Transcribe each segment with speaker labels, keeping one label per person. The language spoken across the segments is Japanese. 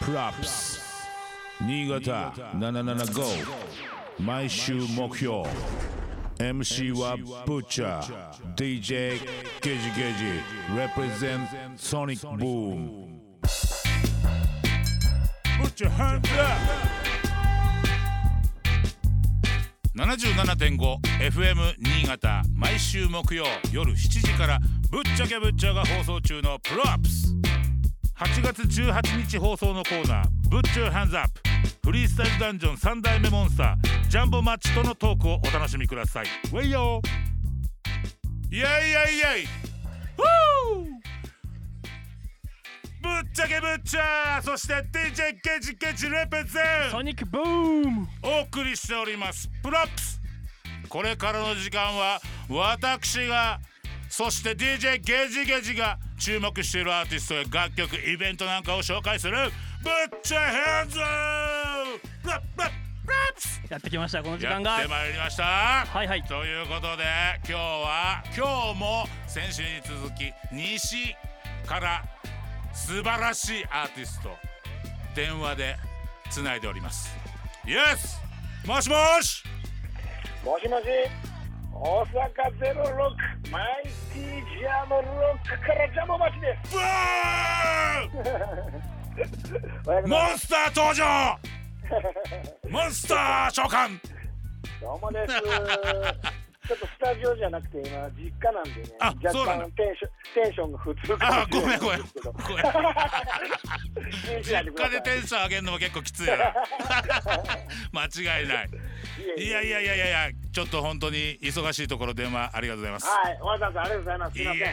Speaker 1: プラップス新潟775毎週目標 MC はブッチャー DJ ゲジゲジ represent ソニックブーム Put your hands up!
Speaker 2: 77.5FM 新潟毎週木曜夜7時からぶっちゃけぶっちゃが放送中のプロアップス8月18日放送のコーナー「ぶっちゃハンズアップ」フリースタイルダンジョン3代目モンスタージャンボマッチとのトークをお楽しみくださいウェイヨーイエイエイエイフーぶっちゃけぶっちゃそして DJ ケチケチレペゼン
Speaker 3: ソニックブーム
Speaker 2: お送りしておりますプロップスこれからの時間は私がそして DJ ゲジゲジが注目しているアーティストや楽曲イベントなんかを紹介するぶっちゃヘンズプロッププロッププロップス
Speaker 3: やってきましたこの時
Speaker 2: や
Speaker 3: 間
Speaker 2: っ
Speaker 3: が
Speaker 2: てまいりました
Speaker 3: はいはい
Speaker 2: ということで今日は今日も先週に続き西から素晴らしいアーティスト電話でつないでおりますイエスもしもし
Speaker 4: もしもし大阪ゼロロックマイティジャムロックからジャム町で
Speaker 2: ブー
Speaker 4: す。おはようござい
Speaker 2: モンスター登場モンスター召喚
Speaker 4: ますどうもです。 ちょっとスタジオじゃなくて今実家なんでね。
Speaker 2: あそうな
Speaker 4: 若
Speaker 2: んだ
Speaker 4: 干テンションテンションが普通か
Speaker 2: あ
Speaker 4: もし
Speaker 2: ごめ
Speaker 4: れない
Speaker 2: んご めん
Speaker 4: んですけど。
Speaker 2: ごめん
Speaker 4: 気 にし
Speaker 2: 実
Speaker 4: ないでく
Speaker 2: 家
Speaker 4: ださ
Speaker 2: で
Speaker 4: い
Speaker 2: テンション上げるのも結構きついな 間違いないいやいやいやいやいやちょっと本当に忙しいところ電話ありがとうございます、
Speaker 4: はい、わざわざありがとうございます。す
Speaker 2: い
Speaker 4: み
Speaker 2: や
Speaker 4: ません。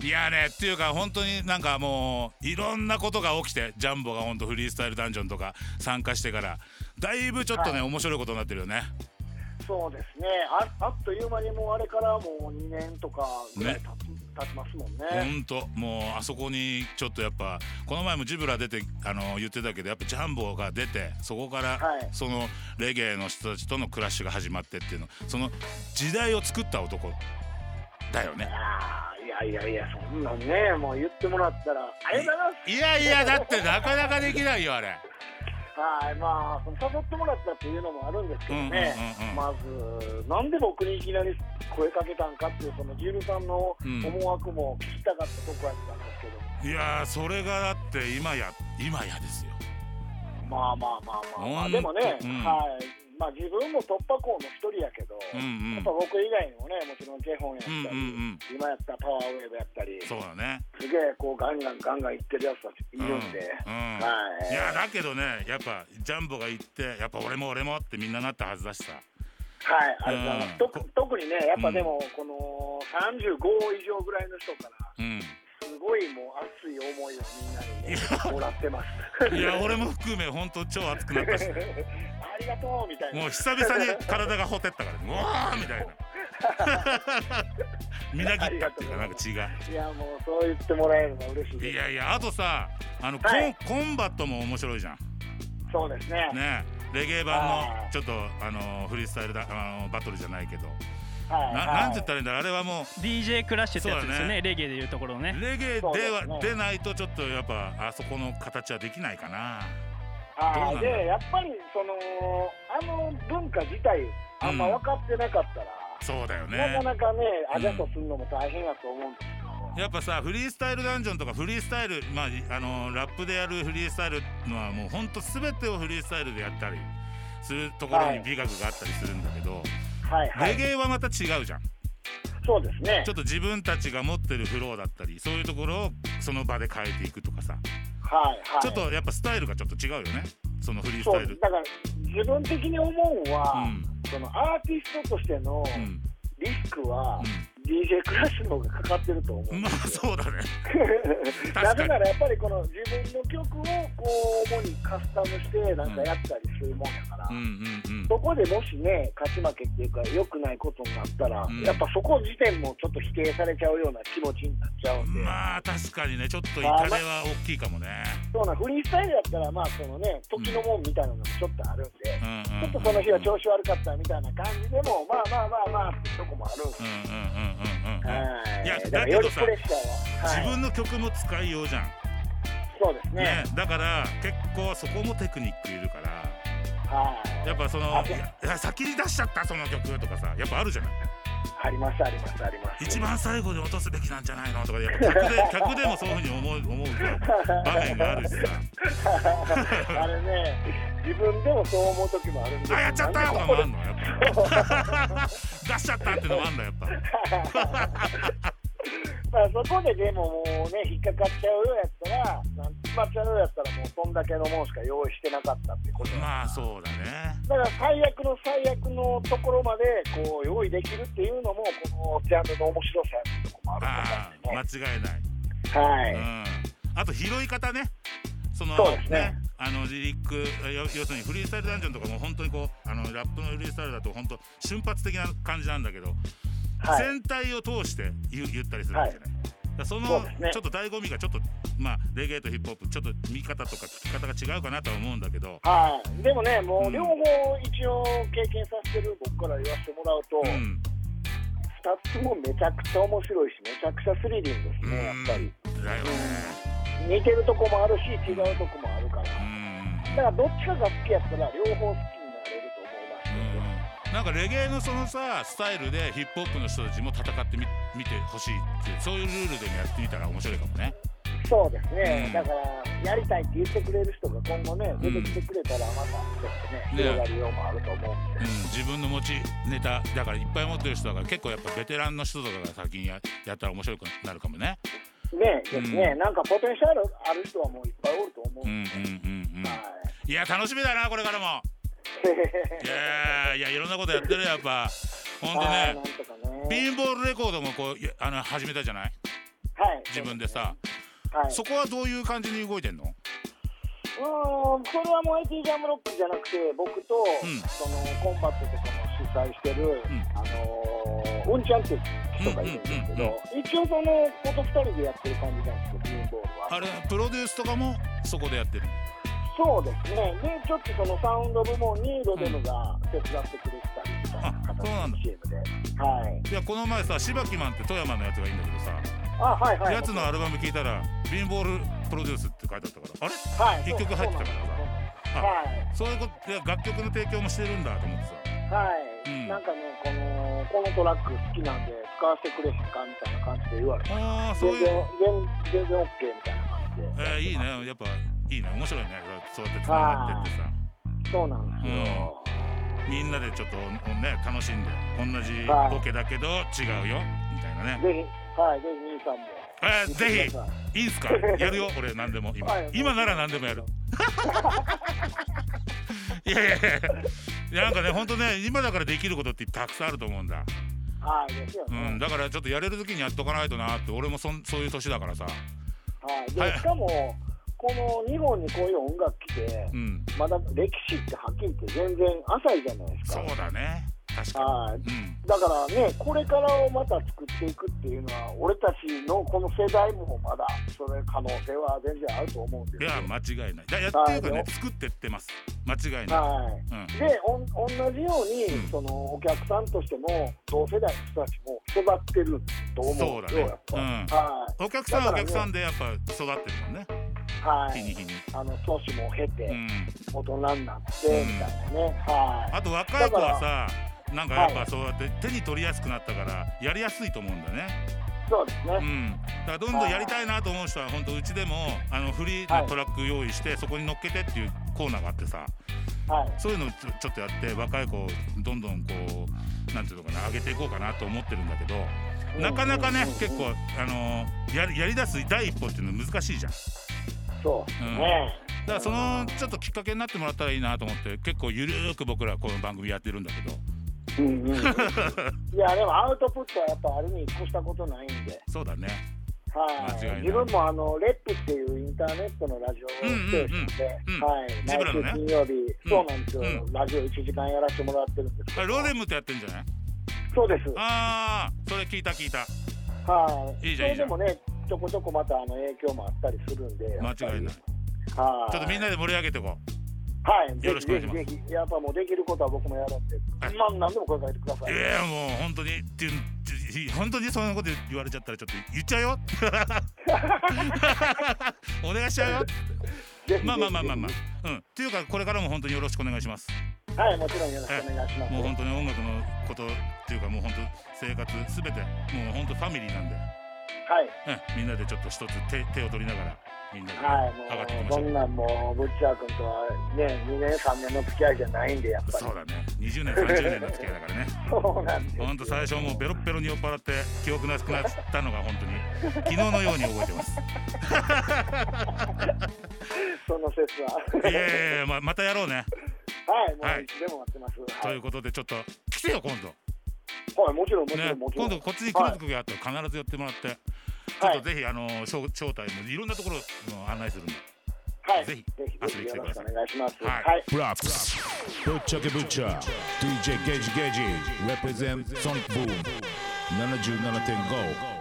Speaker 2: いやねっていうか本当になんかもういろんなことが起きてジャンボが本当フリースタイルダンジョンとか参加してからだいぶちょっとね、
Speaker 4: は
Speaker 2: 面白いことになってるよね
Speaker 4: そうですね。ああっという間にもうあれからもう2年とかぐらい経つ経ちますもんね。
Speaker 2: 本当もうあそこにちょっとやっぱこの前もジブラ出てあの言ってたけどやっぱジャンボが出てそこから
Speaker 4: はい
Speaker 2: そのレゲエの人たちとのクラッシュが始まってっていうのその時代を作った男だよね
Speaker 4: あーいやいやいやそんなんねもう言ってもらったらありがとうございます。
Speaker 2: いやいやだってなかなかできないよあれ
Speaker 4: はい、まあ、その誘ってもらったっていうのもあるんですけどね、
Speaker 2: うんうんうんうん
Speaker 4: まず、なんで僕にいきなり声かけたんかっていう、そのジルさんの
Speaker 2: うん
Speaker 4: 思惑も聞きたかったとこやったんですけど、
Speaker 2: いやーそれがだって今や今やですよ
Speaker 4: まあまあまあまあ、ま
Speaker 2: う
Speaker 4: あ、
Speaker 2: ん
Speaker 4: でもね、
Speaker 2: うん
Speaker 4: はい、まあ、自分も突破口の一人やけど、
Speaker 2: うんう
Speaker 4: やっ
Speaker 2: ん
Speaker 4: ぱ僕以外にもね、もちろんジェホンやったり、
Speaker 2: うんうん
Speaker 4: 今やったらパワーウェーブやったり、
Speaker 2: そうだね
Speaker 4: すげえこうガンガンガンガンいってるやつたちい
Speaker 2: うん
Speaker 4: る
Speaker 2: うん
Speaker 4: んで、
Speaker 2: いや
Speaker 4: はい、
Speaker 2: だけどねやっぱジャンボが行ってやっぱ俺も俺もってみんななったはずだしさ
Speaker 4: はい、ありがとうございます。
Speaker 2: うん
Speaker 4: 特特にね、やっぱでも、この35以上ぐらいの人から、
Speaker 2: うん
Speaker 4: すごいもう熱い思いをみんなにねもらってます。
Speaker 2: いや俺も含め本当超熱くなったし
Speaker 4: ありがとうみたいな。
Speaker 2: もう久々に体がほてったからねうわーみたいな みなぎったっていうかなんか血が
Speaker 4: いやもうそう言ってもらえるのは嬉しい
Speaker 2: い
Speaker 4: です。
Speaker 2: やいやあとさあの、
Speaker 4: はい
Speaker 2: コンコンバットも面白いじゃん
Speaker 4: そうですね。
Speaker 2: ねレゲエ版
Speaker 4: は
Speaker 2: の
Speaker 4: い
Speaker 2: ちょっとあのフリースタイルだあのバトルじゃないけど
Speaker 4: はい。
Speaker 2: な
Speaker 4: はい
Speaker 2: なんて言ったらいいんだろうあれはもう
Speaker 3: DJ クラッシュってやつで
Speaker 2: そ
Speaker 3: す
Speaker 2: う
Speaker 3: よ
Speaker 2: だ
Speaker 3: ね
Speaker 2: ね
Speaker 3: レゲエでいうところのね
Speaker 2: レゲエで
Speaker 4: そうで
Speaker 2: は
Speaker 4: すね
Speaker 2: 出ないとちょっとやっぱあそこの形はできないかな
Speaker 4: は
Speaker 2: どうなん
Speaker 4: い。
Speaker 2: だ
Speaker 4: でやっぱりそのあの文化自体あんま分かってなかったら、
Speaker 2: そうだよ
Speaker 4: な
Speaker 2: ね
Speaker 4: かなかねアジャストするのも大変やと思うんです
Speaker 2: やっぱさフリースタイルダンジョンとかフリースタイルまああのラップでやるフリースタイルのはもうほんと全てをフリースタイルでやったりするところに美学があったりするんだけど、
Speaker 4: けど。はいは
Speaker 2: レ
Speaker 4: い。
Speaker 2: ゲエはまた違うじゃん
Speaker 4: そうですね
Speaker 2: ちょ。っと自分たちが持ってるフローだったりそういうところをその場で変えていくとかさ、
Speaker 4: はいはい。
Speaker 2: ちょっとやっぱスタイルがちょっと違うよねそのフリース
Speaker 4: そ
Speaker 2: タイ
Speaker 4: う
Speaker 2: ル
Speaker 4: だから自分的に思うのは、
Speaker 2: うん
Speaker 4: そのアーティストとしての
Speaker 2: うん
Speaker 4: リスクは、
Speaker 2: うん
Speaker 4: DJ クラッシュの方がかかってると思うん
Speaker 2: ま
Speaker 4: で
Speaker 2: あ
Speaker 4: すよ。
Speaker 2: そうだねかに
Speaker 4: なぜならやっぱりこの自分の曲をこう主にカスタムしてなんかやったりするもんやから、
Speaker 2: うんうんうん
Speaker 4: そこでもしね勝ち負けっていうか良くないことになったら、
Speaker 2: うん
Speaker 4: やっぱそこ自体もちょっと否定されちゃうような気持ちになっちゃうんで、
Speaker 2: まあ確かにねちょっと痛手は大きいかもね。
Speaker 4: そうなフリースタイルだったらまあそのね時のもんみたいなのもちょっとあるんで、
Speaker 2: うんうんうん
Speaker 4: ちょっとその日は調子悪かったみたいな感じでもまあまあまあまあってとこもあるんです
Speaker 2: うん
Speaker 4: よ、
Speaker 2: うんうんうんうんうん。
Speaker 4: はい
Speaker 2: や
Speaker 4: だからよりプレッシャーは、
Speaker 2: 自
Speaker 4: はい
Speaker 2: 分の曲も使いようじゃん。
Speaker 4: そうですね
Speaker 2: ね、だから結構そこもテクニックいるから
Speaker 4: はい
Speaker 2: やっぱその「いやいや先に出しちゃったその曲」とかさやっぱあるじゃない
Speaker 4: ありますありますあります
Speaker 2: 一番最後に落とすべきなんじゃないのとかやっぱ客で客でもそういうふうに思う思う場面があるしさ
Speaker 4: あれね自分でもそう思う時もあるんです
Speaker 2: 「あやっちゃった!」とかもあんのやっぱ出しちゃったってのもあんのやっぱ
Speaker 4: まあ、そこででももうね、引っかかっちゃうようやったら、なんつまっちゃうようやったら、もうそんだけのもんしか用意してなかったってことだ
Speaker 2: まあそうだね
Speaker 4: から最悪の最悪のところまでこう用意できるっていうのも、このジャンルの面白さっていうとこもあ
Speaker 2: あ
Speaker 4: ると
Speaker 2: あ
Speaker 4: 思
Speaker 2: 間
Speaker 4: うんで
Speaker 2: 違いない、
Speaker 4: すね。は
Speaker 2: う
Speaker 4: い。
Speaker 2: ん、あと拾い方ねその
Speaker 4: そうですね
Speaker 2: あのリリック要要するにフリースタイルダンジョンとかも本当にこうあのラップのフリースタイルだと本当瞬発的な感じなんだけど、
Speaker 4: はい。
Speaker 2: 全体を通して言う言ったりするわけじゃない。だからそ
Speaker 4: そう
Speaker 2: の
Speaker 4: ですね
Speaker 2: ちょっと醍醐味がちょっとまあレゲエとヒップホップちょっと見方とか聞き方が違うかなとは思うんだけど、
Speaker 4: はい、でもね、も
Speaker 2: う
Speaker 4: うん両方一応経験させてる僕から言わせてもらうと、
Speaker 2: う
Speaker 4: 二
Speaker 2: ん、
Speaker 4: つもめちゃくちゃ面白いし、めちゃくちゃスリリングです
Speaker 2: うん
Speaker 4: ね、やっぱり。
Speaker 2: だよね、
Speaker 4: 似てるとこもあるし、違うとこもあるから。
Speaker 2: うん
Speaker 4: だからどっちかが好きやったら両方好きになれると思います。
Speaker 2: うんなんかレゲエのそのさスタイルでヒップホップの人たちも戦ってみ見てほしいっていうそういうルールでもやってみたら面白いかもね
Speaker 4: そうですね、
Speaker 2: うん
Speaker 4: だからやりたいって言ってくれる人が今後ね
Speaker 2: う
Speaker 4: 出
Speaker 2: ん
Speaker 4: てきてくれたらまたちょっと
Speaker 2: ね
Speaker 4: ね広がりようもあると思うん
Speaker 2: うん
Speaker 4: で、
Speaker 2: 自分の持ちネタだからいっぱい持ってる人だから結構やっぱベテランの人とかが先にややったら面白くなるかもね
Speaker 4: ね
Speaker 2: うん
Speaker 4: ですね、なんかポテンシャルある人はもういっぱいおると思う
Speaker 2: うん
Speaker 4: ん
Speaker 2: う
Speaker 4: で、
Speaker 2: んうんうん
Speaker 4: はい
Speaker 2: や楽しみだなこれからもい
Speaker 4: い、
Speaker 2: やーいやいろんなことやってるよやっぱほんと
Speaker 4: はいな
Speaker 2: ね
Speaker 4: んとかね
Speaker 2: ビーンボールレコードもこうやあの始めたじゃない
Speaker 4: はい
Speaker 2: 自分でさ
Speaker 4: はい、
Speaker 2: そこはどういう感じに動いてんの
Speaker 4: うんそれはもう IT ジャムロックじゃなくて僕と、
Speaker 2: うん
Speaker 4: そのコンバットとかも主催してる、
Speaker 2: ん
Speaker 4: あのーうんちゃんっていう人がいるんですけど、
Speaker 2: うんうん
Speaker 4: 一応その子と2人でやってる感じなんですけどビーンボールは。
Speaker 2: あれプロデュースとかもそこでやってる
Speaker 4: そうですね、でちょっとそのサウンド部門にロデムが手伝ってくれてたりみたいな
Speaker 2: あそうなんだ
Speaker 4: 形のチームで、はい、
Speaker 2: いやこの前さ柴木マンって富山のやつがいいんだけどさ、
Speaker 4: あはいはい、
Speaker 2: やつのアルバム聞いたら「ビンボールプロデュース」って書いてあったからあれ
Speaker 4: はい、
Speaker 2: 結局入ってたから
Speaker 4: そうなんです
Speaker 2: そういうこといや楽曲の提供もしてるんだと思ってさ
Speaker 4: はい、はい、
Speaker 2: うん
Speaker 4: なんかねこの、このトラック好きなんで、使わせてくれへんかみたいな感じで言われて、
Speaker 2: ああそう
Speaker 4: 全
Speaker 2: い
Speaker 4: 然
Speaker 2: う、
Speaker 4: 全全然 OK みたいな感じで、
Speaker 2: えーいいねやっぱいいね面白いねそうやってつながってってさ
Speaker 4: そうなんですよ、
Speaker 2: みんなでちょっとね楽しんで同じ
Speaker 4: はい
Speaker 2: ボケだけど違うよみたいなね
Speaker 4: ぜひ、はい、ぜひ兄さんも。
Speaker 2: えーぜ
Speaker 4: 見てください
Speaker 2: ひいいんす かやるよ俺何でも今
Speaker 4: はい
Speaker 2: 今なら何でもやるいやいやいやなんかね本当ね今だからできることってたくさんあると思うんだ、
Speaker 4: はい、ですよ
Speaker 2: う
Speaker 4: ね。
Speaker 2: ん、だからちょっとやれる時にやっとかないとなって俺もそんそういう年だからさ
Speaker 4: はい、で
Speaker 2: はい
Speaker 4: しかも、この日本にこういう音楽来て
Speaker 2: う、ん
Speaker 4: まだ歴史ってはっきり言って全然浅いじゃないです
Speaker 2: そ
Speaker 4: か
Speaker 2: う。だね確か
Speaker 4: は
Speaker 2: に
Speaker 4: い
Speaker 2: うん
Speaker 4: だからね、これからをまた作っていくっていうのは、俺たちのこの世代もまだ、それ可能性は全然あると思うんです
Speaker 2: い
Speaker 4: よ。
Speaker 2: や間違いないだやっていうかね
Speaker 4: はい
Speaker 2: 作ってってます間違いな
Speaker 4: はい
Speaker 2: い、うん、
Speaker 4: でおん同じように、
Speaker 2: うん
Speaker 4: そのお客さんとしても同世代の人たちも育ってると思うんですよ、
Speaker 2: そうだね
Speaker 4: やっぱ、はい
Speaker 2: お客さんはお
Speaker 4: だからね
Speaker 2: 客さんでやっぱ育ってるもんね
Speaker 4: は
Speaker 2: 日に
Speaker 4: い、
Speaker 2: 日に、
Speaker 4: あの年も経て、
Speaker 2: うん
Speaker 4: 大人になってみたいなね、はい
Speaker 2: あと若い子はさなんかやっぱそうやって手に取りやすくなったからやりやすいと思うんだね、
Speaker 4: そうですね、
Speaker 2: うん、だからどんどんやりたいなと思う人は本当うちでもあのフリーのトラック用意してそこに乗っけてっていうコーナーがあってさ
Speaker 4: はい
Speaker 2: そういうのをちょちょっとやって若い子をどんどんこうなんていうのかな上げていこうかなと思ってるんだけどなかなかね
Speaker 4: うんうんうん
Speaker 2: 結構あのやりやりだす第一歩っていうのは難しいじゃん
Speaker 4: そうですね、
Speaker 2: だからそのちょっときっかけになってもらったらいいなと思って結構ゆるーく僕らこの番組やってるんだけど
Speaker 4: うん うんうんいやでもアウトプットはやっぱあるに越したことないんで、
Speaker 2: そうだね
Speaker 4: はい
Speaker 2: 間違いない
Speaker 4: 自分もあのレップっていうインターネットのラジオステーションで、
Speaker 2: うんうんうん
Speaker 4: はい、
Speaker 2: ジブラの
Speaker 4: 毎週
Speaker 2: ね
Speaker 4: 金曜日、そうなんですよ、
Speaker 2: うん
Speaker 4: ラジオ1時間やらせてもらってるんです
Speaker 2: あ
Speaker 4: け
Speaker 2: れ
Speaker 4: ど、
Speaker 2: ローデムってやってんじゃない
Speaker 4: そうです、
Speaker 2: ああそれ聞いた聞いた
Speaker 4: はい、
Speaker 2: いいじゃんいい
Speaker 4: そ
Speaker 2: じゃ
Speaker 4: れで
Speaker 2: ん
Speaker 4: もね、ちょこちょこまたあの影響もあったりするんで、
Speaker 2: 間違いない
Speaker 4: はい、
Speaker 2: ちょっとみん
Speaker 4: な、
Speaker 2: なで盛り上げていこう
Speaker 4: はい、
Speaker 2: よろしくお願いします
Speaker 4: ぜひぜひぜひやっぱもうできることは僕もやるんで、
Speaker 2: はい
Speaker 4: まあ何でも声かけてください。
Speaker 2: いやもう本当にっていうって本当にそんなこと言われちゃったらちょっと言っちゃうよ お願いしちゃうよ
Speaker 4: ぜひ
Speaker 2: まあまあまあまあまあうんっていうかこれからも本当によろしくお願いします
Speaker 4: あ。はい、もちろんよろしくお願いします。
Speaker 2: もう本当に音楽のことっていうかもう本当生活すべてもう本当ファミリーなんで、
Speaker 4: はい。
Speaker 2: うん、みんなでちょっと一つ手手を取りながらみんなで上がってい
Speaker 4: は
Speaker 2: きましょ
Speaker 4: い、もう、そ
Speaker 2: うん
Speaker 4: なんもう、ブッチャー君とはね、2年、3年の付き合いじゃないんで、やっぱり
Speaker 2: そう。だね20年30年の付き合いだからね
Speaker 4: そうなんですよ。
Speaker 2: 本当最初もうベロッベロに酔っ払って記憶なくなったのが本当に昨日のように覚えてます
Speaker 4: その説は。
Speaker 2: いやいやいやままたやろうね
Speaker 4: はい、も
Speaker 2: は
Speaker 4: う、
Speaker 2: い
Speaker 4: いつでも待ってます。
Speaker 2: と、
Speaker 4: はいいう
Speaker 2: ことでちょっと来てよ今度
Speaker 4: はいもちろん、もち
Speaker 2: ね
Speaker 4: ろん、もちろ
Speaker 2: 今
Speaker 4: ん。
Speaker 2: 度こっちに来る時があったら必ず寄ってもらってちょ
Speaker 4: は
Speaker 2: っ
Speaker 4: い
Speaker 2: とぜひあの招招待もいろんなところの案内するんで
Speaker 4: はい、
Speaker 2: ぜ
Speaker 4: ぜ
Speaker 2: ひ
Speaker 4: ひ、ぜひ、よろしくお願いします。
Speaker 2: は
Speaker 4: はいい、
Speaker 1: Props. Butcher Butcher. DJ Gage Gage. Represent Sonic Boom. 77.5